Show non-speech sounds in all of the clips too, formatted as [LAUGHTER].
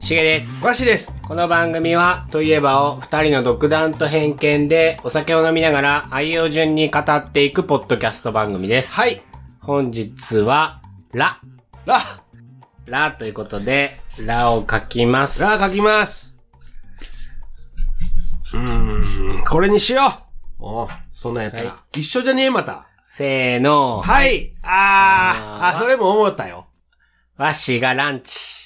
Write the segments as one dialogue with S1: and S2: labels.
S1: しげです。
S2: わしです。
S1: この番組は、といえばを二人の独断と偏見でお酒を飲みながら愛用順に語っていくポッドキャスト番組です。
S2: は。い。
S1: 本日は、ラ。
S2: ラ、
S1: ラということで、ラを書きます。
S2: ラ書きます。うーん、これにしよう。おうそんなんやったら。
S1: は
S2: 一緒じゃねえ、また。
S1: せーの。
S2: はい。あーあ、それも思ったよ。
S1: わしがランチ。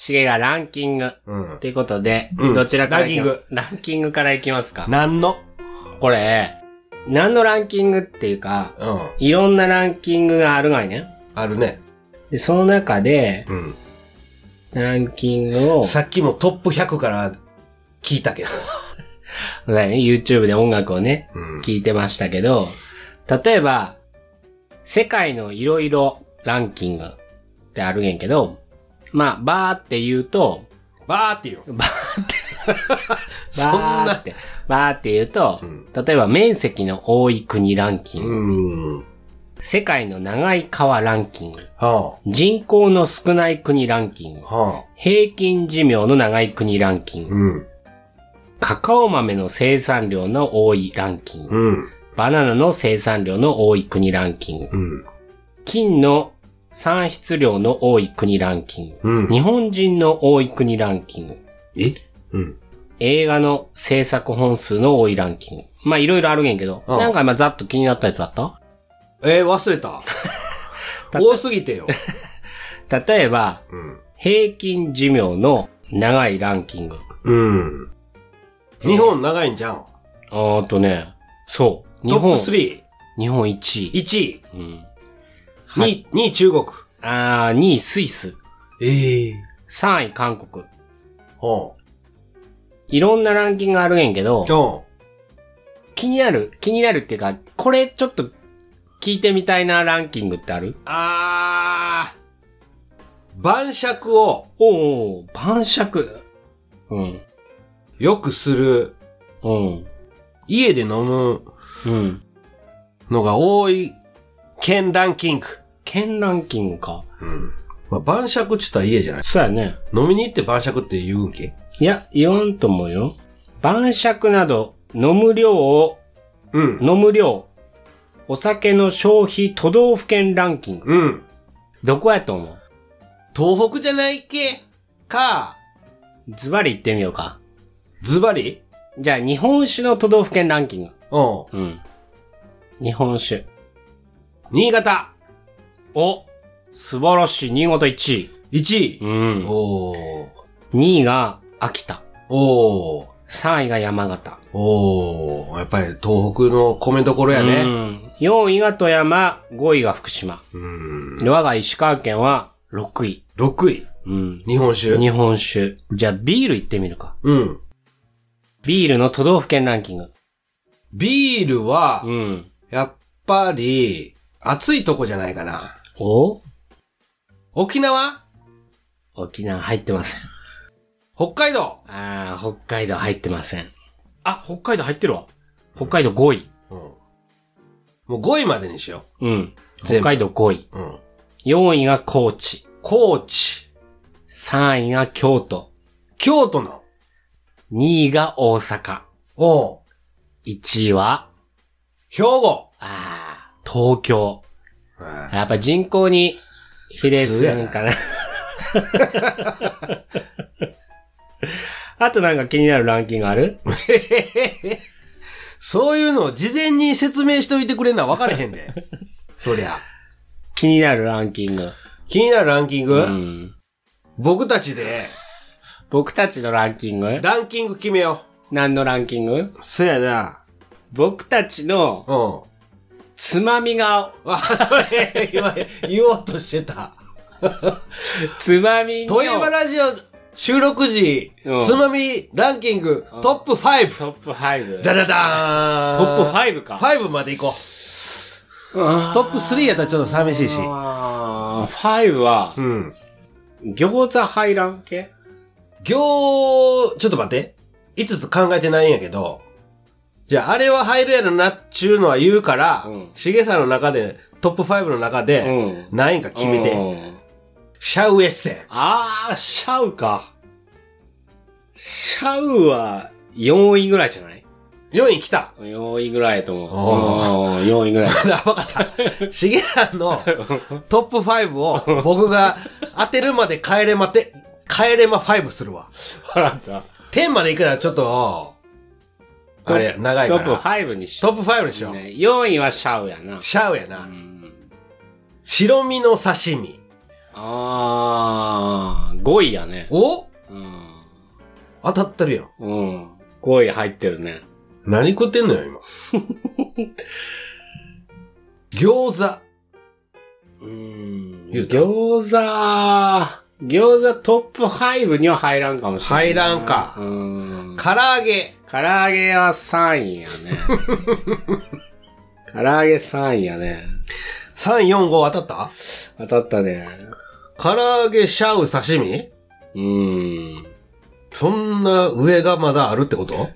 S1: しげがランキング。
S2: うん
S1: と。いうことで、
S2: うん
S1: どちらからいきまラ
S2: ランキング
S1: ンキングからいきますか。
S2: なんの
S1: これ、何のランキングっていうか、
S2: うん。
S1: いろんなランキングがあるがいね。
S2: あるね。
S1: で、その中で、
S2: うん。
S1: ランキングを、
S2: さっきもトップ100から聞いたけ [LAUGHS] ど。
S1: ね YouTube で音楽をね、
S2: うん。
S1: 聞いてましたけど、例えば、世界のいろいろランキングってあるげんけど、まあ、バーって言うと、
S2: バーって言う。
S1: バーって、
S2: そんな
S1: バーって、バーって言うと、
S2: ん
S1: 例えば面積の多い国ランキング、
S2: うん。
S1: 世界の長い川ランキング、
S2: は
S1: 人口の少ない国ランキング
S2: あ。、はあ。
S1: 平均寿命の長い国ランキング、
S2: うん。
S1: カカオ豆の生産量の多いランキング、
S2: うん。
S1: バナナの生産量の多い国ランキング、
S2: うん。
S1: 金の産出量の多い国ランキング、
S2: うん。
S1: 日本人の多い国ランキング、
S2: えうん。
S1: 映画の制作本数の多いランキング。まあいろいろあるげんけど、
S2: うん
S1: なんか今ざっと気になったやつあった
S2: えー、忘 [LAUGHS] れた。多すぎてよ。
S1: 例えば、
S2: うん。
S1: 平均寿命の長いランキング。
S2: うん。日本長いんじゃん。
S1: あーとね、そう。日
S2: ト
S1: 本、
S2: ッ
S1: 日本
S2: プ
S1: 1
S2: 3、
S1: 位。
S2: 1位、
S1: うん、
S2: 2位、2位中国。
S1: あー、2位スイス。
S2: ええ
S1: 3位韓国。
S2: ほ
S1: いろんなランキングあるげんけど
S2: う。、今
S1: 気になる、気になるっていうか、これちょっと聞いてみたいなランキングってある
S2: 日、あー、晩酌を
S1: おうおう晩酌。うん。
S2: よくする、
S1: うん。
S2: 家で飲む
S1: うん。
S2: のが多い県ランキング。
S1: 県ランキングか。
S2: うん。まあ、晩酌って言ったら家じゃない。
S1: そうやね。
S2: 飲みに行って晩酌って言うんけ
S1: いや、言わんと思うよ。晩酌など、飲む量を、
S2: うん。
S1: 飲む量、お酒の消費都道府県ランキング。
S2: うん。
S1: どこやと思う
S2: 東北じゃないけか、
S1: ズバリ言ってみようか。
S2: ズバリ
S1: じゃあ、日本酒の都道府県ランキング。
S2: うん。
S1: うん。日本酒。
S2: 新潟、
S1: お素晴らしい。新潟1位。
S2: 1位。
S1: うん。
S2: おー。
S1: 2位が秋田。
S2: おー。
S1: 3位が山形。
S2: おー、やっぱり東北の米どころや
S1: う
S2: ね。
S1: ん。4位が富山、5位が福島。
S2: うん。
S1: で我が石川県は6位。
S2: 6位、
S1: うん。
S2: 日本酒。
S1: 日本酒。じゃあビール行ってみるか。
S2: うん。
S1: ビールの都道府県ランキング。
S2: ビールは
S1: う、ん。
S2: やっぱり、暑いとこじゃないかな。
S1: お
S2: 沖縄
S1: 沖縄入ってません。
S2: 北海道
S1: あー、北海道入ってません。あ、北海道入ってるわ。北海道5位。
S2: うん。もう5位までにしよ
S1: うん。北
S2: 全部
S1: 海道5位。
S2: う。うん。
S1: 4位が高知。
S2: 高知、
S1: 3位が京都。
S2: 京都の、
S1: 2位が大阪。
S2: おう
S1: 1位は、
S2: 兵庫。
S1: あー、東京。
S2: うん
S1: やっぱ人口に比例するんかな。 [LAUGHS] あとなんか気になるランキングある
S2: そういうのを事前に説明しておいてくれんのは分かれへん [LAUGHS] で。そりゃ。
S1: 気になるランキング。
S2: 気になるランキング、
S1: うん
S2: 僕たちで
S1: 僕たちのランキング
S2: ランキング決めよ
S1: 何のランキング
S2: う。そやな。
S1: 僕たちの
S2: うん。
S1: つまみが、
S2: あ、それ、今、言おうとして
S1: [LAUGHS]
S2: た。
S1: つまみの
S2: 富山ラジオ収録時、
S1: うん
S2: つまみランキング、
S1: ん
S2: トップ 5!
S1: トップ5。
S2: ダダダーン
S1: トップ5か。
S2: 5まで行こう。トップ3やったらちょっと寂しいし。
S1: あー5は、
S2: うん。
S1: 餃子入らん系
S2: 行、ちょっと待って。5つ考えてないんやけど、じゃあ、あれは入るやろなっちゅうのは言うから
S1: うん、
S2: しげさんの中で、トップ5の中で、
S1: ん。
S2: 何位か決めて、
S1: うん
S2: シャウエッセン。
S1: あー、シャウか。シャウは4位ぐらいじゃない
S2: 4位来た。
S1: ?4 位ぐらいやと思
S2: お
S1: う。うん4位ぐらい。
S2: [LAUGHS] あわかった。しげさんのトップ5を僕が当てるまで帰れまて、帰れま5するわ。
S1: 笑った。
S2: 10まで行くならちょっと、あれ、長いか
S1: トッ
S2: ら。
S1: プ5にし
S2: トップ5にしよう。
S1: ね4位はシャウやな。
S2: シャウや
S1: う
S2: な。
S1: ん
S2: 白身の刺身。
S1: あー、5位やね。
S2: お
S1: うん。
S2: 当たってるやん。
S1: うん。5位入ってるね。
S2: 何食ってんのよ、今。餃子。
S1: うーん。
S2: 言うた
S1: 餃子、餃子トップ5には入らんかもしれない。
S2: 入らんか
S1: うーん。
S2: 唐揚げ。
S1: 唐揚げは3位や
S2: [LAUGHS]
S1: ね。唐揚げ3位やね。
S2: 3、4、5当たっ
S1: 当たったね。
S2: た唐揚げ、シャウ、刺身
S1: うーん。
S2: そんな上がまだあるってこと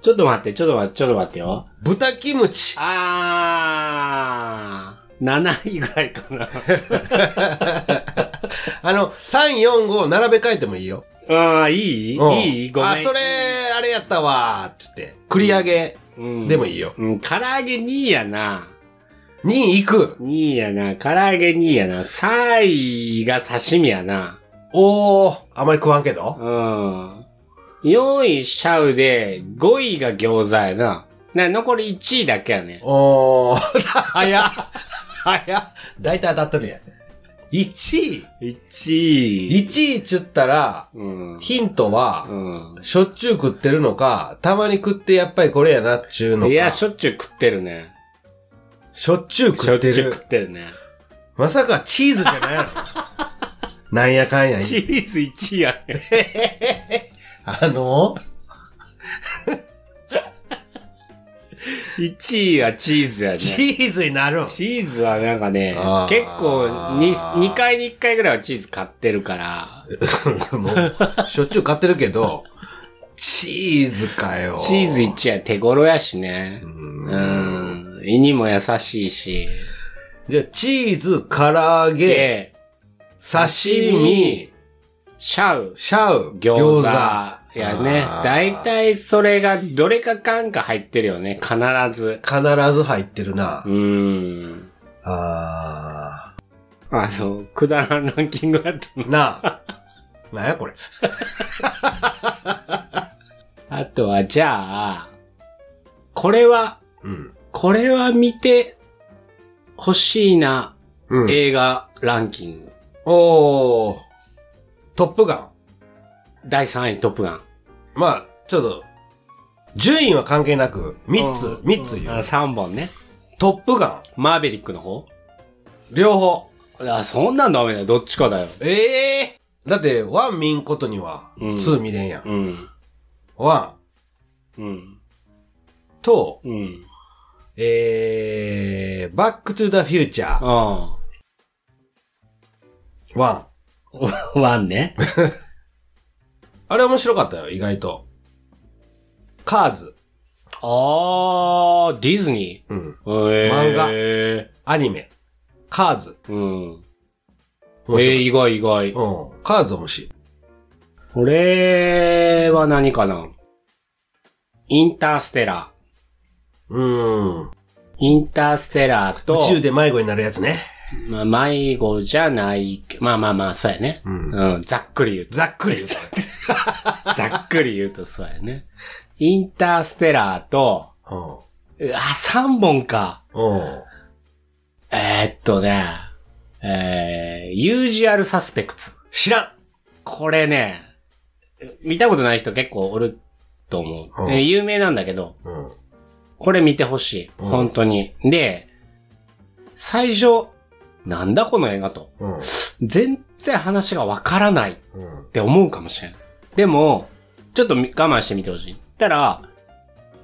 S1: ちょっと待って、ちょっと待って、ちょっと待ってよ。
S2: 豚キムチ。
S1: あー、7位ぐらいかな。
S2: [LAUGHS] あの、3、4、5並べ替えてもいいよ。
S1: あー、いい
S2: うん
S1: いいごめん。
S2: あ、それ、あれやったわー、つって。繰り上げ。
S1: うん
S2: でもいいよ。
S1: うん、唐揚げ2位やな。
S2: 2位行く。
S1: 2位やな。唐揚げ2位やな。3位が刺身やな。
S2: おー、あまり食わんけ
S1: う
S2: ど。
S1: ん。4位シャウで、5位が餃子やな。な、残り1位だけやね。
S2: おー、 [LAUGHS] 早っ。早っ。だいたい当たっとるやん。1位
S1: 1位。
S2: ?1 位っちゅったら、
S1: うん。
S2: ヒントは、
S1: う
S2: しょっちゅう食ってるのか、たまに食ってやっぱりこれやなっちゅうの
S1: ん。
S2: か。
S1: いや、しょっちゅう食ってるね。
S2: しょっちゅう
S1: しょ
S2: 食
S1: っ
S2: っ
S1: ちゅ
S2: て
S1: う
S2: る
S1: 食。ってるね。
S2: まさかチーズじゃない
S1: [LAUGHS]
S2: のなんやかんや言って
S1: チーズ1位やね。
S2: あの
S1: 1位はチーズやね。チ
S2: チーズになるん
S1: ーズはなんかね
S2: あ、ー
S1: 結構2、2回に1回ぐらいはチーズ買ってるから、
S2: もう、しょっちゅう買ってるけど、チーズかよ。
S1: チーズ1や手頃やしね。
S2: うん
S1: うん。胃にも優しいし。
S2: じゃあ、チーズ、唐揚げ、
S1: で、
S2: 刺身、
S1: シャウ、
S2: シャウ、
S1: 餃子。やね
S2: あ。ー
S1: 大体それがどれかかんか入ってるよね。必ず。
S2: 必ず入ってるな。
S1: うーん。
S2: あ
S1: あの、くだらんランキングやったの。
S2: ー。なあ。なんやこれ。
S1: あとは、じゃあ、これは、
S2: うん。
S1: これは見て欲しいな
S2: うん、
S1: 映画ランキング。
S2: おー。トップガン。
S1: 第3位トップガン。
S2: まあ、ちょっと、順位は関係なく、3つ、3つ言う。
S1: 3本ね。
S2: トップガ
S1: マーベリックの方
S2: ン。両方。
S1: あ、そんなんダメだよ。どっちかだよ。
S2: ええだって、ワン見んことには、ツ
S1: うん
S2: ー見れんやん。
S1: うん。
S2: ワ
S1: うん。
S2: ンと、
S1: うん。
S2: えー、バックトゥザフューチャー、
S1: あ
S2: ワン。
S1: あ。 [LAUGHS] ワンね。
S2: あれ面白かったよ、意外と。カーズ、
S1: ああ、ディズニ
S2: うん。
S1: ー。ええ
S2: アニメ、カーズ。
S1: 漫画。うん。
S2: 面白かった
S1: ええ意外意外。
S2: うん、カーズ面白い。
S1: これは何かなインターステラー。
S2: うーん。
S1: インターステラーと、
S2: 宇宙で迷子になるやつね。
S1: まあ、迷子じゃない、まあまあまあ、そうやね。
S2: うん。
S1: うん、ざっくり言うと。
S2: ざっくり言うと。 [LAUGHS]
S1: ざっくり言うとそうやね。インターステラーと、うわ、3本か。
S2: うん。うん。
S1: えー、っとね、えー、ユージアルサスペクツ。
S2: 知らん。
S1: これね、見たことない人結構おると思う。
S2: うん
S1: え有名なんだけど、
S2: うん。
S1: これ見てほしい。
S2: うん
S1: 本当に。で、最初、なんだこの映画と。
S2: うん。
S1: 全然話がわからないっ
S2: うん。
S1: て思うかもしれん。でも、ちょっとみ我慢してみてほしい。たら、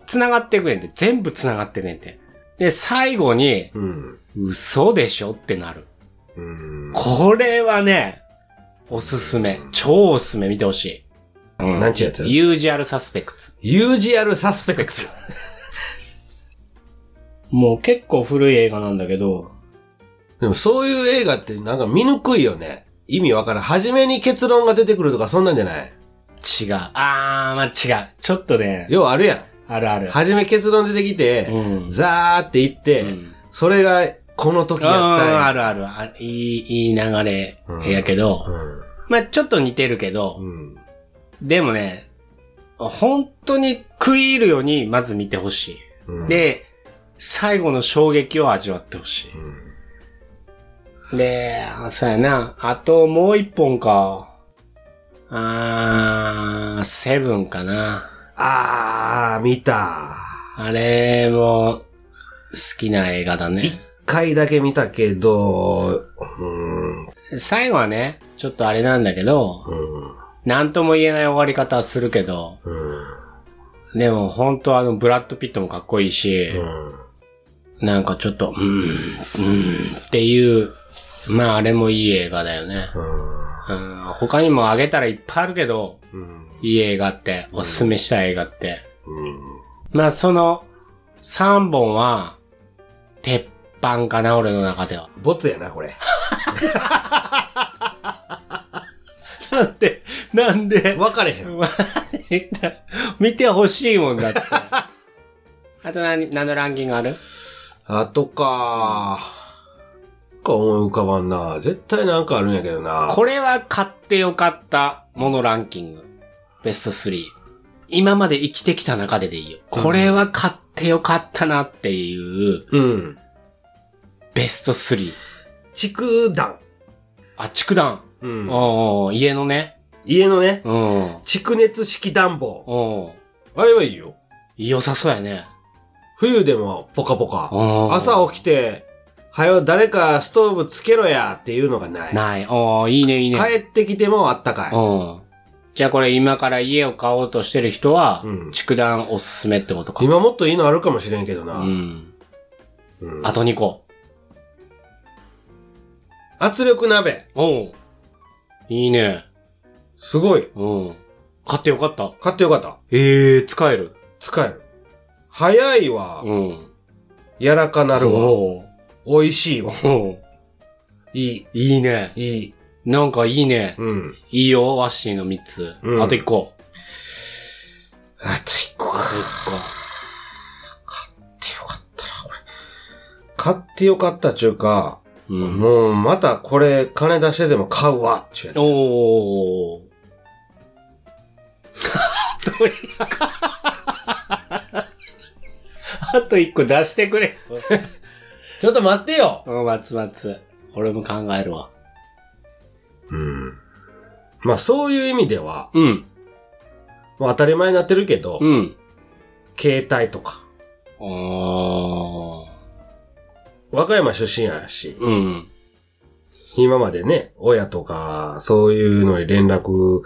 S1: 繋がってくれんて。全部繋がってくれんて。で、最後に、
S2: うん。
S1: 嘘でしょってなる。
S2: うん。
S1: これはね、おすすめ。超おすすめ見てほしい。うん
S2: なんちゅうやつ
S1: ユージアルサスペクツ。
S2: ユージアルサスペクツ。
S1: もう結構古い映画なんだけど、
S2: でもそういう映画ってなんか見にくいよね。意味わからん。初めに結論が出てくるとかそんなんじゃな
S1: 違
S2: い
S1: う。あー、まあ、違う。ちょっとね、
S2: ようあるや
S1: あるあ
S2: ん。
S1: る。
S2: 初め結論出てき
S1: う
S2: て、
S1: ん。
S2: ザーって言って、
S1: うん
S2: それがこの時
S1: うん、
S2: やったん
S1: あ
S2: や。
S1: るあるあ。いい、いい流れ
S2: うん
S1: やけど、まあ、ちょっと似てるけど、
S2: うん。
S1: でもね、本当に食い入るようにまず見てほし
S2: うん
S1: い。、で、最後の衝撃を味わってほし
S2: うん
S1: い。で、あそうやな。あともう一本か。あー、セブンかな。
S2: あー、見た。
S1: あれも、好きな映画だね。
S2: 一回だけ見たけど、うん、うん。
S1: 最後はね、ちょっとあれなんだけど、なんとも言えない終わり方はするけど、
S2: うん。
S1: でも本当あの、ブラッド・ピットもかっこいいし、
S2: うん。
S1: なんかちょっと、うーん、うーんっていう、まああれもいい映画だよね。うん、他にもあげたらいっぱいあるけど、
S2: うん。
S1: いい映画って、おすすめしたい映画って。
S2: うん。
S1: まあその3本は、鉄板かな、俺の中では。
S2: ボツやな、これ。
S1: なんで、なんで、
S2: 分かれへん。
S1: [LAUGHS] 見てほしいもんだって。あと何、何のランキングある
S2: あとか、か思い浮かばんな。絶対なんかあるんやけどな。
S1: これは買ってよかったものランキング。ベスト3。今まで生きてきた中ででいいよ。これは買ってよかったなっていう、
S2: うん。
S1: ベスト3。
S2: 畜団。
S1: あ、畜団。
S2: う
S1: うんん。うんうん、家のね。
S2: 家のね、
S1: うん。
S2: 蓄熱式暖房。
S1: うん。
S2: あれはいいよ。
S1: 良さそうやね。
S2: 冬でもポカポカ。
S1: うん
S2: 朝起きて、はよ誰かストーブつけろやっていうのがない。
S1: ない。うん、いいね、いいね。
S2: 帰ってきてもあったかい。
S1: うん。じゃあこれ今から家を買おうとしてる人は
S2: う、ん
S1: 畜団おすすめってことか。
S2: 今もっといいのあるかもしれんけどな。
S1: うん。
S2: うん
S1: あと2個。
S2: 圧力鍋。
S1: うん。いいね。
S2: すごい。
S1: うん。買ってよかった。
S2: 買ってよかった。
S1: ええー、使える。
S2: 使える。早いわ。
S1: うん。
S2: 柔らかな
S1: な
S2: るわ。
S1: ほ
S2: 美味しいわ。
S1: ど。
S2: いい。
S1: いいね。
S2: いい。
S1: なんかいいね。
S2: うん。
S1: いいよ、ワッシーの3つ。
S2: うん
S1: あと1個。
S2: あと一個
S1: あと
S2: か。
S1: 1
S2: 買ってよかったな、これ。買ってよかったっちゅうか、
S1: 個。うん。
S2: もうまたこれ金出してでも買うわっちゅうや
S1: おー。 [LAUGHS] どういうか。あと1個出してくれ。
S2: つ。ちょっと待ってよ
S1: うん、松松。俺も考えるわ。
S2: うん。まあそういう意味では、
S1: うん。
S2: もう当たり前になってるけど、
S1: うん。
S2: 携帯とか、
S1: おー。
S2: 和歌山出身やし、
S1: うん。
S2: 今までね、親とか、そういうのに連絡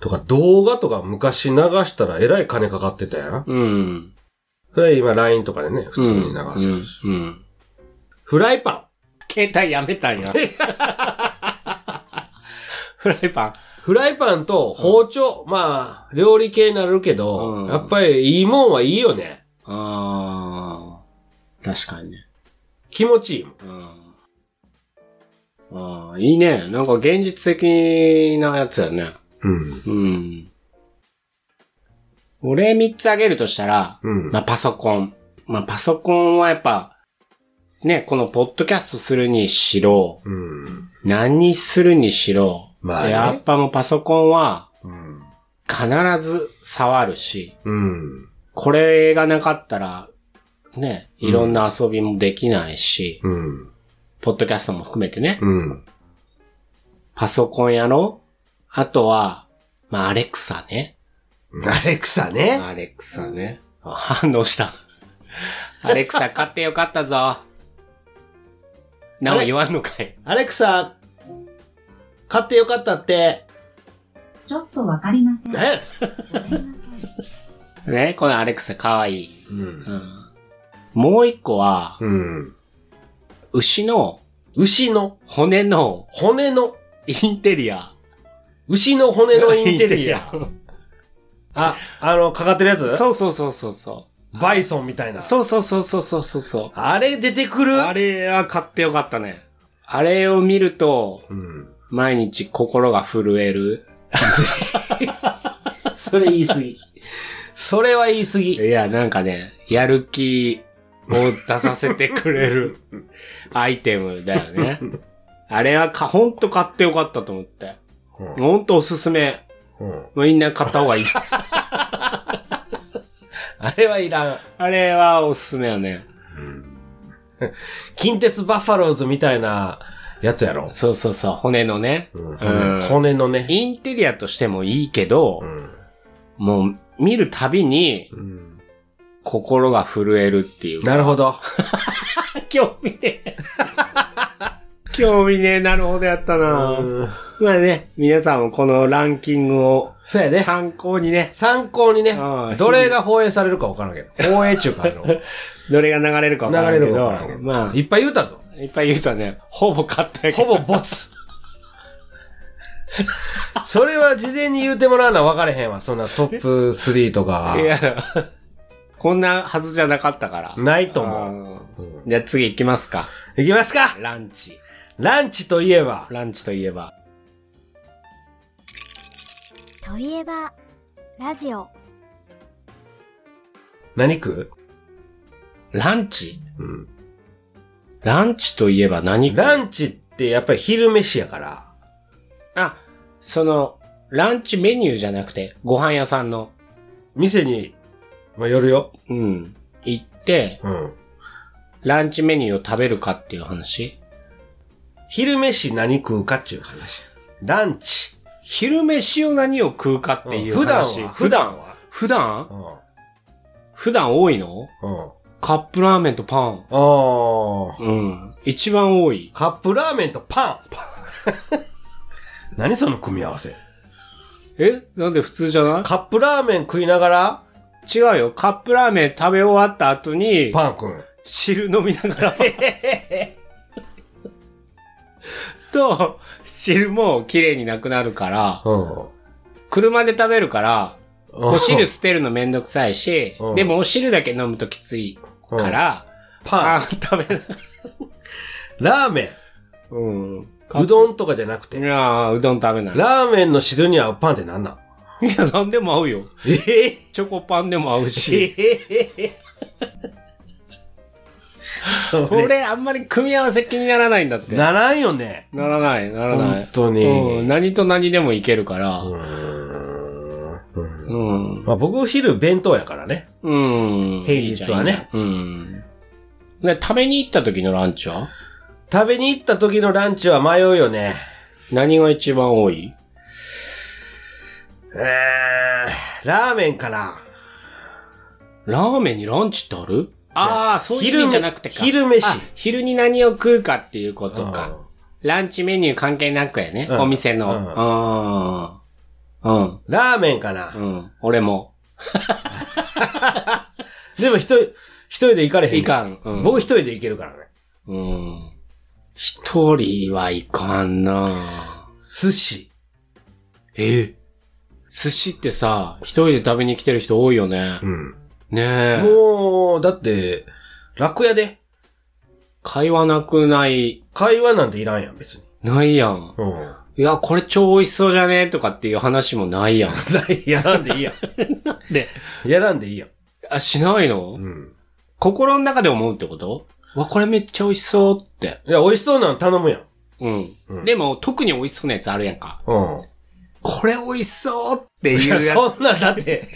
S2: とか、動画とか昔流したらえらい金かかってたやん。
S1: うん。
S2: それは今 LINE とかでね、普通に流せるし。
S1: うん。うん。
S2: フライパ
S1: 携帯やめたんや。フライパン。
S2: ン。フライパンと包丁、まあ、料理系になるけど、
S1: うん
S2: やっぱりいいもんはいいよね。
S1: ああ、確かにね。
S2: 気持ちいいもん。
S1: うん。ああ、いいね。なんか現実的なやつだね。
S2: うん。
S1: うん。俺3つあげるとしたら、
S2: うん
S1: ま。あパソコン。まあパソコンはやっぱ、ね、このポッドキャストするにしろ、
S2: うん。
S1: 何するにしろ、
S2: まあね
S1: やっぱもうパソコンは
S2: うん。
S1: 必ず触るし、
S2: うん。
S1: これがなかったら、ね、いろんな遊びもできないし、
S2: うん。
S1: ポッドキャストも含めてね、
S2: うん。
S1: パソコンやろあとは、まあ、アレクサね。
S2: アレクサね。
S1: アレクサね。あ反応した。 [LAUGHS] アレクサ買ってよかったぞ。なんか言わんのかい。
S2: アレクサ、買ってよかったって、
S3: ちょっとわかりま
S4: [LAUGHS]
S3: せん。ごめん
S2: ね。
S3: なさい。
S1: ね、このアレクサかわいい。
S2: うん。
S1: うん。もう一個は、
S2: うん。
S1: 牛の
S2: 牛の
S1: 骨の
S2: 骨の、
S1: インテリア。
S2: 牛の骨のインテリア。あ、あの、かかってるやつ
S1: そうそうそうそうそ
S2: バイソンみたいな。
S1: う。そうそうそうそうそうそうそ
S2: あれ出てく
S1: う。
S2: る
S1: あれは買ってよかったね。あれを見ると、
S2: うん。
S1: 毎日心が震え [LAUGHS] る。それ言い過ぎ。
S2: それは言い過ぎ。
S1: いや、なんかね、やる気を出させてくれ [LAUGHS] るアイテムだよね。あれはか、ほんと買ってよかったと思って。
S2: うん
S1: ほんとおすすめ。
S2: うん
S1: みんな買った方が [LAUGHS] いい。
S2: あれはいらん。
S1: あれはおすすめよね。
S2: 近鉄バッファローズみたいなやつやろ。
S1: そうそうそう、骨のね。
S2: うん
S1: うん
S2: 骨のね。
S1: インテリアとしてもいいけど、
S2: うん
S1: もう見るたびに
S2: うん
S1: 心が震えるっていう。
S2: なるほど。
S1: 興味ねえ。興味ねえ、なるほどやったな、
S2: うん
S1: まあね、皆さんもこのランキングを
S2: そうやね。
S1: 参考にね、
S2: 参考にね
S1: うん、
S2: どれが放映されるかわからんけど。放映中かあ [LAUGHS] の、流
S1: どれが流れるか分からん
S2: れ
S1: けど、
S2: るかわからんけど。
S1: まあ、
S2: いっぱい言うたぞ。
S1: いっぱい言うとね、ほぼ買ったやけ
S2: ほ
S1: ど
S2: ぼ没。 [LAUGHS] それは事前に言うてもらうのは分かれへんわ。そんなトップ3とか
S1: い。や、 [LAUGHS] こんなはずじゃなかったから。
S2: ないと思う。
S1: うんじゃあ次行きますか。
S2: いきますか
S1: ランチ。
S2: ランチといえば、
S1: ランチといえば。
S4: といえば、ラジオ。
S2: 何食
S1: ランチ
S2: う、うん、
S1: ランチといえば何
S2: ランチってやっぱり昼飯やから。
S1: あ、その、ランチメニューじゃなくて、ご飯屋さんの、
S2: 店に、まあ、寄るよ。
S1: うん、行って、
S2: うん。
S1: ランチメニューを食べるかっていう話
S2: 昼飯何食うかっちゅう話。ランチ。
S1: 昼飯を何を食うかっていう
S2: うん普段は
S1: 話。
S2: 普段は
S1: 普段
S2: うん。うん。
S1: 普段多いの
S2: あ
S1: カップラーメンとパン。
S2: あ。
S1: うん。一番多い。
S2: カップラーメンとパン。 [LAUGHS] 何その組み合わせ。
S1: えなんで普通じゃな
S2: カップラーメン食いながら、
S1: い違うよ。カップラーメン食べ終わった後に、
S2: パンくん。
S1: 汁飲みなが
S2: [LAUGHS]
S1: ら。と、汁も綺麗になくなるから、
S2: うん。
S1: 車で食べるから、お汁
S2: うん
S1: 捨てるのめんどくさいし
S2: う、ん
S1: でもお汁だけ飲むときついから、
S2: パ
S1: あ
S2: ン。
S1: ん、食べな
S2: ラーメ
S1: うん。
S2: ン。うどんとかじゃなく
S1: い
S2: て。
S1: やーうどん食べない。
S2: ラーメンの汁に合うパンってなんなん
S1: いや、なんでも合うよ。
S2: ええ
S1: チョコパンでも合うし。
S2: そ
S1: こ
S2: れ、
S1: れあんまり組み合わせ気にならないんだって。な
S2: ならんよね。
S1: らない、ならない
S2: 本。当に。
S1: うん、何と何でもいけるから。
S2: うーん
S1: うん。
S2: まあ僕、昼弁当やからね。
S1: うん。
S2: 平日はね
S1: いいじゃん。いいじゃんうん。で、食べに行った時のランチは
S2: 食べに行った時のランチは迷うよね。
S1: 何が一番多い
S2: えー、ラーメンかな。
S1: ラーメンにランチってあるああ、そういう意味じゃなくてか。
S2: 昼め昼飯
S1: あ昼に何を食うかっていうこと
S2: うん
S1: か。ランチメニュー関係なくやね。
S2: うん
S1: お店の。
S2: うん
S1: ああ。うん。
S2: ラーメンかな。
S1: うん。俺も。
S2: でも一人、一人で行かれへん。
S1: いかん。うん。
S2: 僕一人で行けるからね。
S1: うん。一人はいかんな
S2: 寿司。
S1: え寿司ってさ、一人で食べに来てる人多いよね。
S2: うん。
S1: ねえ。
S2: もう、だって、楽屋で、
S1: 会話なくない、
S2: 会話なんていらんやん、別に。
S1: ないやん。
S2: うん。ない
S1: や、これ超美味しそうじゃねとかっていう話もないやん。
S2: いやらんでいいやん。
S1: [LAUGHS] で、
S2: やらんでいいやん。
S1: あ、しないの、
S2: うん。
S1: 心の中で思うってことわ、これめっちゃ美味しそうって。
S2: いや、美味しそうなの頼むやん。
S1: うん。
S2: うん
S1: でも、特に美味しそうなやつあるやんか。
S2: うん。
S1: これ美味しそうって
S2: い
S1: い
S2: や、
S1: うやつ
S2: [LAUGHS] そんなんだって。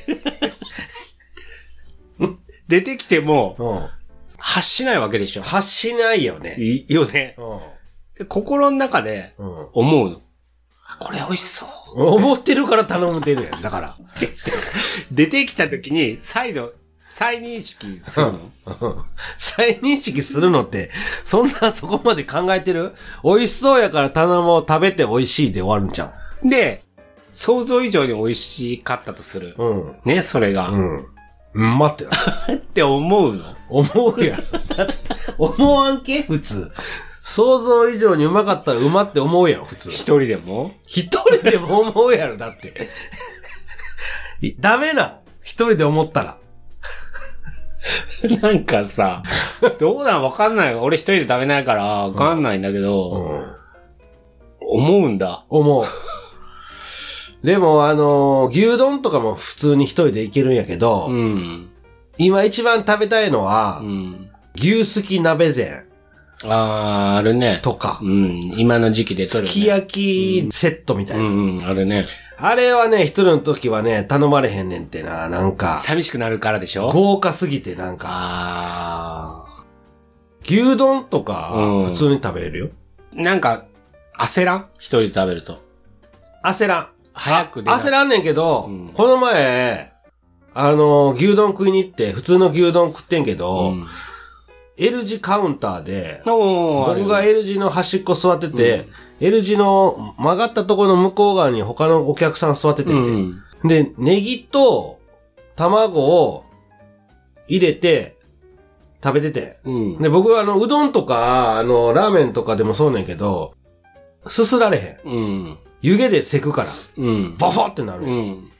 S1: 出てきても、
S2: うん。
S1: 発しないわけでしょ。
S2: 発しないよね。
S1: いいよね。
S2: う
S1: 心の中で
S2: ん。うん。
S1: 思うの。あこれ美味しそう。
S2: 思ってるから頼むでるやん。だから。
S1: 出てきた時に再度、再認識するの。
S2: うん再認識するのって、そんなそこまで考えてる美味しそうやから頼もう、食べて美味しいで終わるんじゃん。
S1: で、想像以上に美味しかったとする。
S2: うん。
S1: ね、それが。
S2: う
S1: っ
S2: ん。うん、待ってよ。
S1: て思うの。
S2: 思うやろ。だって、思わんけ普通。想像以上にうまかったらうまって思うやん、普通。
S1: 一人でも
S2: 一人でも思うやろ、だって。
S5: いダメな一人で思ったら。
S1: なんか
S2: [LAUGHS]
S1: さ、どうなんわかんない。俺一人で食べないから、わかんないんだけ
S2: う
S1: ど、
S2: ん。
S1: 思うんだ。
S5: 思う。
S2: でも、あのー牛丼とかも普通に一人でいけるんやけど、
S1: うん。
S2: 今一番食べたいのは、
S1: うん。
S2: 牛すき鍋膳
S1: あー、あるね。
S2: とか
S1: う、ん。今の時期で取
S2: す
S1: る、ね。
S2: き焼きセットみたいな。
S1: うんうん、あるね。
S2: あれはね、一人の時はね、頼まれへんねんってな、なんか、
S1: 寂しくなるからでしょ
S2: 豪華すぎてなんか、
S1: あ
S2: 牛丼とか
S1: うん、
S2: 普通に食べれるよ。
S1: ー。なんか、焦らん一人で食べると。
S2: 焦らん。
S1: 早く出ない
S2: 焦らんねんけど、
S1: うん
S2: この前、あの、牛丼食いに行って、普通の牛丼食ってんけど、
S1: うん
S2: L 字カウンターで、
S1: おーある
S2: 僕が L 字の端っこ座ってて、
S1: うん
S2: L 字の曲がったところの向こう側に他のお客さん座ってて、
S1: うん。
S2: で、ネギと卵を入れて食べてて、
S1: うん。
S2: で、僕はあの、うどんとか、あの、ラーメンとかでもそうねんけど、すすられへん。
S1: うん。
S2: 湯気でせくから、
S1: うん。
S2: バフォってなるやん。
S1: うん。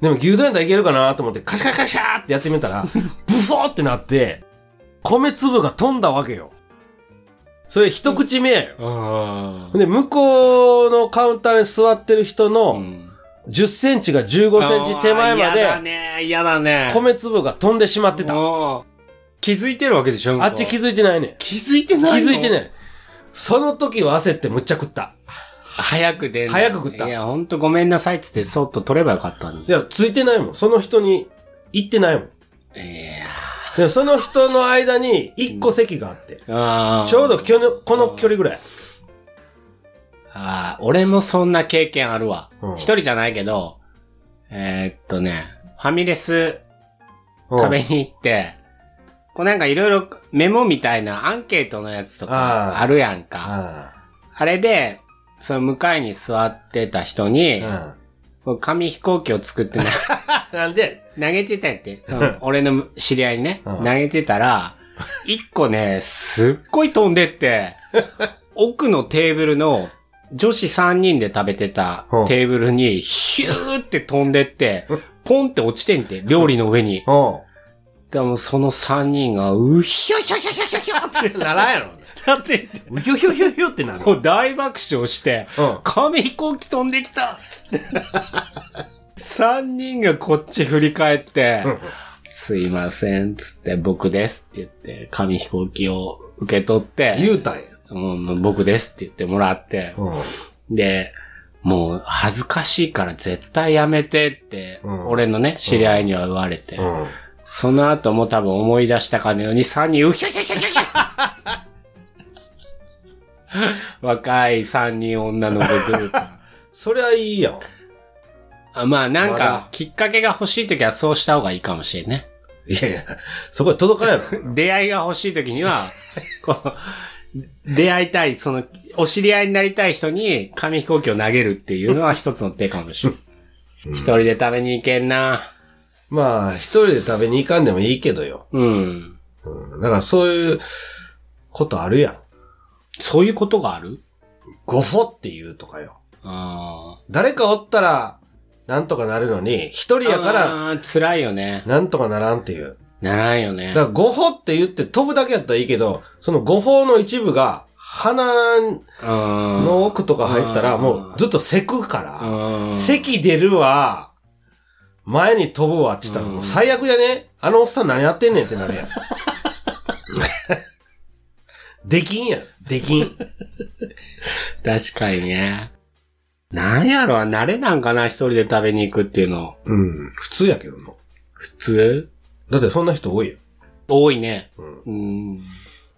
S2: でも牛丼やったらいけるかなと思って、カシャカシャカシャーってやってみ
S1: [LAUGHS]
S2: たら、ブフォーってなって、米粒が飛んだわけよ。それ一口目やよ。
S1: あ
S2: で、向こうのカウンターに座ってる人
S1: う
S2: の
S1: ん。
S2: 10センチが15センチ手前ま
S1: あー嫌だ
S2: で
S1: ね、嫌だね。
S2: 米粒が飛んでしまってた。
S1: もう気づいてるわけでしょ
S2: あっち
S1: 気
S2: 気づいてないねん。
S1: 気づいて
S2: 気
S1: ないの
S2: づいてない。その時は焦ってむっちゃ食った。
S1: 早く出んの
S2: 早く食った
S1: いや、ほんとごめんなさいっつって、そっと取ればよかったのに。
S2: いや、ついてないもん。その人に行ってないもん。
S1: え
S2: でもその人の間に1個席があって。
S1: えああ。
S2: ちょうどきょのこの距離ぐらい。
S1: ああ、俺もそんな経験あるわ。
S2: うん
S1: 一人じゃないけど、えーっとね、ファミレス食べに行って、こうなんかいろいろメモみたいなアンケートのやつと
S2: あ
S1: か
S2: あ
S1: あるやん
S2: うん
S1: か。あれで、その向かいに座ってた人に、
S2: うん
S1: こう紙飛行機を作ってな
S2: なんで、
S1: 投げてたやって、その、俺の知り合いにね、
S2: う
S1: 投
S2: ん
S1: げてたら、一個ね、すっごい飛んでっ
S2: [LAUGHS]
S1: て、奥のテーブルの、女子3人で食べてた
S2: うん
S1: テーブルに、ヒューって飛んでって、ポンって落ちてんて、料理の上に。
S2: う
S1: でもその3人が、うひゃひゃひゃひゃひゃひゃって
S2: ん。ならんやろ。
S1: なってて、
S2: うひょひょひょひょってなる。
S1: もう大爆笑して、
S2: うん
S1: 紙飛行機飛んできたっつって。3人がこっち振り返って、すいません、つって、僕ですって言って、紙飛行機を受け取って、
S2: 言うたんや。
S1: うんうん僕ですって言ってもらって、
S2: うん。
S1: で、もう恥ずかしいから絶対やめてって、
S2: うん
S1: 俺のね、知り合いには言われて、
S2: うん。
S1: その後も多分思い出したかのように3人、うひゃひゃひゃひゃひゃ若い3人女の子グ
S2: [LAUGHS]
S1: ループ。
S2: そりゃいいやん。
S1: あまあなん
S2: まだ
S1: か、きっかけが欲しい時はそうした方がいいかもしれんね。
S2: いやいや、そこに届かんやろ。
S1: 出会いが欲しい時には、こう、出会いたい、その、お知り合いになりたい人に紙飛行機を投げるっていうのは一つの手かもしれない。一人で食べに行けんな。
S2: まあ、一人で食べに行かんでもいいけどよ。
S1: うん。
S2: うんだからそういうことあるやん。
S1: そういうことがある
S2: ゴフォって言うとかよ。
S1: あ
S2: 誰かおったら、なんとかなるのに、一人
S1: あ。
S2: やから、
S1: あー、辛いよね。
S2: なんとかならんっていう。
S1: ならんよね
S2: だか。ら、ゴフォって言って飛ぶだけやったらいいけど、そのゴフォの一部が、鼻の
S1: の
S2: 奥とか入ったら、
S1: うん
S2: もうずっとせくから、
S1: うん。
S2: 咳出るわ、前に飛ぶわって言ったら、もう最悪じゃねあのおっさん何やってんねんってなるやん。できんやん。できん。
S1: 確かにね。なんやろ、慣れなんかな、一人で食べに行くっていうの。
S2: うん。普通やけどな。
S1: 普通
S2: だってそんな人多いよ。
S1: 多いね。
S2: う
S1: うん。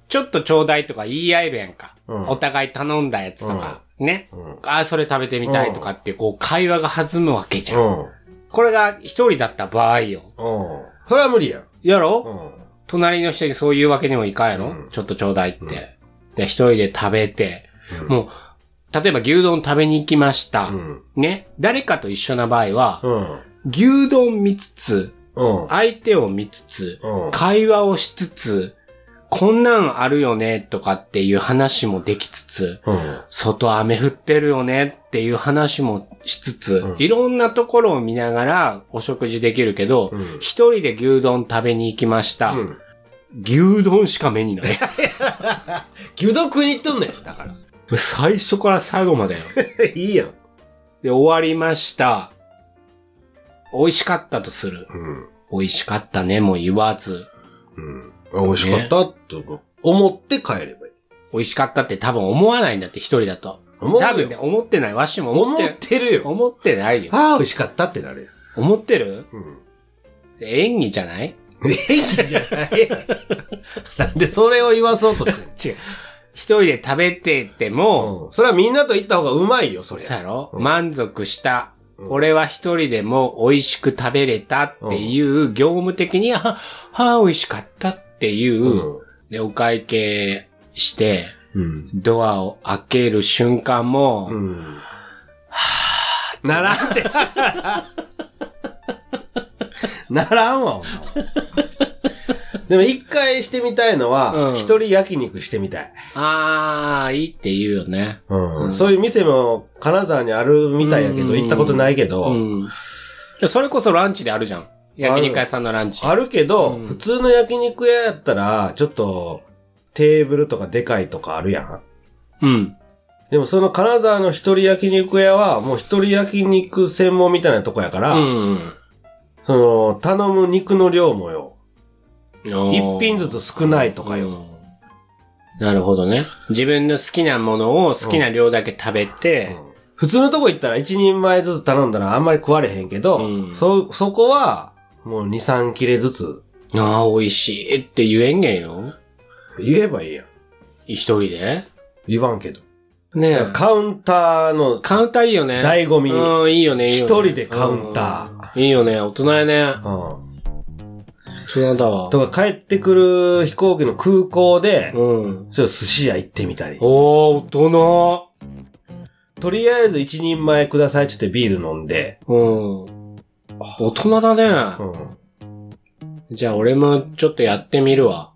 S1: ちょっとちょうだいとか言い合えるやんか。
S2: うん
S1: お互い頼んだやつとか、ね。
S2: うん。
S1: ああ、それ食べてみたいとかって、こう、会話が弾むわけじゃん。
S2: うん。
S1: これが一人だった場合よ。
S2: うん。それは無理やん。
S1: やろ、
S2: うん。
S1: 隣の人にそういうわけにもいかんやろ、
S2: うん
S1: ちょっとちょうだいって。で、一人で食べて、
S2: うん
S1: もう、例えば牛丼食べに行きました。
S2: うん。
S1: ね。誰かと一緒な場合は、
S2: うん。
S1: 牛丼見つつ、
S2: うん。
S1: 相手を見つつ、
S2: うん
S1: 会話をしつつ、こんなんあるよねとかっていう話もできつつ、外雨降ってるよねっていう話もしつつ、
S2: うん
S1: いろんなところを見ながらお食事できるけど、
S2: うん
S1: 一人で牛丼食べに行きました。
S2: うん
S1: 牛丼しか目にない。
S2: 牛丼食いに行っとんねん。だか
S1: [LAUGHS]
S2: ら。
S1: 最初から最後ま [LAUGHS] でよ。
S2: いいやん。
S1: で、終わりました。美味しかったとする。
S2: うん。
S1: 美味しかったねも言わず、
S2: うん。あ美味しかったと思う思って帰ればいい。
S1: 美味しかったって多分思わないんだって一人だと。
S2: 思う
S1: 多分ね、
S2: よ。
S1: 思ってない。わしも思っ
S2: 思
S1: て
S2: っ、てるよ。
S1: 思ってないよ。
S2: ああ、美味しかったってなるよ。
S1: 思ってる
S2: うん。
S1: 演技じゃない
S2: 演技じゃない。 [LAUGHS] なんでそれを言わそうとしてんの [LAUGHS]
S1: 一人で食べてても、
S2: うんそれはみんなと行った方がうまいよ、そり
S1: そう
S2: ゃ。
S1: やろ、
S2: うん
S1: 満足した。
S2: うん
S1: 俺は一人でも美味しく食べれたっていう、業務的に、は、は、美味しかったっていう、で、お会計して、
S2: うん。
S1: ドアを開ける瞬間も、
S2: うん。ならんて。ならんわ、お [LAUGHS] 前。でも一回してみたいの
S1: う
S2: は、
S1: ん
S2: 一、人焼肉してみたい、
S1: あー、いいって言うよね。
S2: うんそういう店も金沢にあるみたいやけど、
S1: うん
S2: 行ったことないけど、
S1: うん。それこそランチであるじゃん。焼肉屋さんのランチ。
S2: あるけど、
S1: うん
S2: 普通の焼肉屋やったら、ちょっと、テーブルとかでかいとかあるやん。
S1: うん。
S2: でもその金沢の一人焼肉屋は、もう一人焼肉専門みたいなとこやから、
S1: うん。
S2: その、頼む肉の量もよ、一
S1: 一
S2: 品ずつ少ないとかよ。
S1: なるほどね。自分の好きなものを好きな量だけ食べて、
S2: 普通のとこ行ったら一人前ずつ頼んだらあんまり食われへんけど、
S1: うん
S2: そ、そこは、もう二、三切れずつ
S1: ああ、美味しいって言えんげんよ。
S2: 言えばいいやん。
S1: 一人で。
S2: 言わんけど。
S1: ねえ
S2: カウンターの、
S1: カウンターいいよね。
S2: 醍醐味
S1: うん、いいよね、いいよね
S2: 一人でカウンタ
S1: ー。いいよね、大人やね。
S2: うん。
S1: 大人だわ。
S2: とか帰ってくる飛行機の空港で、
S1: うん。
S2: ちょっと寿司屋行ってみたり。
S1: おー、大人。
S2: とりあえず一人前くださいって言ってビール飲んで、
S1: うん。大人だね。
S2: ん。
S1: じゃあ俺もちょっとやってみる
S2: [LAUGHS]
S1: わ。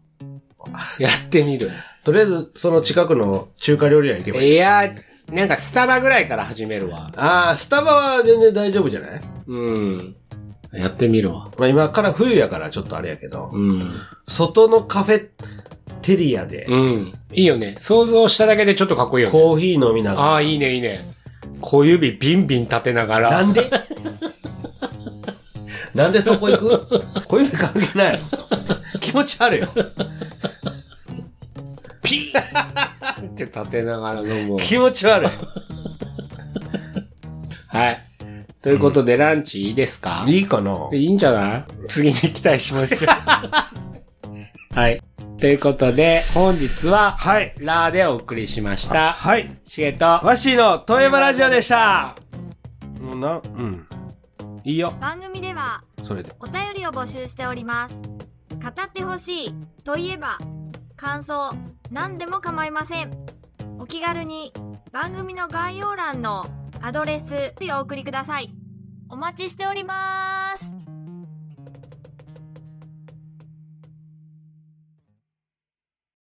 S1: やってみる。
S2: とりあえず、その近くの中華料理屋行けばいい。
S1: いや、なんかスタバぐらいから始めるわ。
S2: ああ、スタバは全然大丈夫じゃない
S1: うん。やってみるわ。
S2: まあ今から冬やからちょっとあれやけど、
S1: うん。
S2: 外のカフェテリアで
S1: うん。いいよね。想像しただけでちょっとかっこいいよね。
S2: コーヒー飲みなが
S1: ああ、いいね、いいね。小指ビンビン立てなが
S2: ら。な
S1: ら。[LAUGHS]
S2: んでなんでそこ
S1: [LAUGHS]
S2: 行く小指関係ないの気持ち悪いよ。
S1: ピーって立てながら飲むわ。
S2: 気持ち悪い。
S1: はい。ということで、ランチいいですか
S2: いいかない
S1: いんじゃない次に期待しましょ [LAUGHS] う。はい。ということで、本日は、
S2: はい。
S1: ラーでお送りしました。
S2: はい。
S1: しげと、
S2: わしの富山ラジオでした。もうな、うん。いいよ、
S6: 番組では
S2: それで。
S6: お便りを募集しております語ってほしいといえば感想何でも構いませんお気軽に番組の概要欄のアドレスでお送りくださいお待ちしております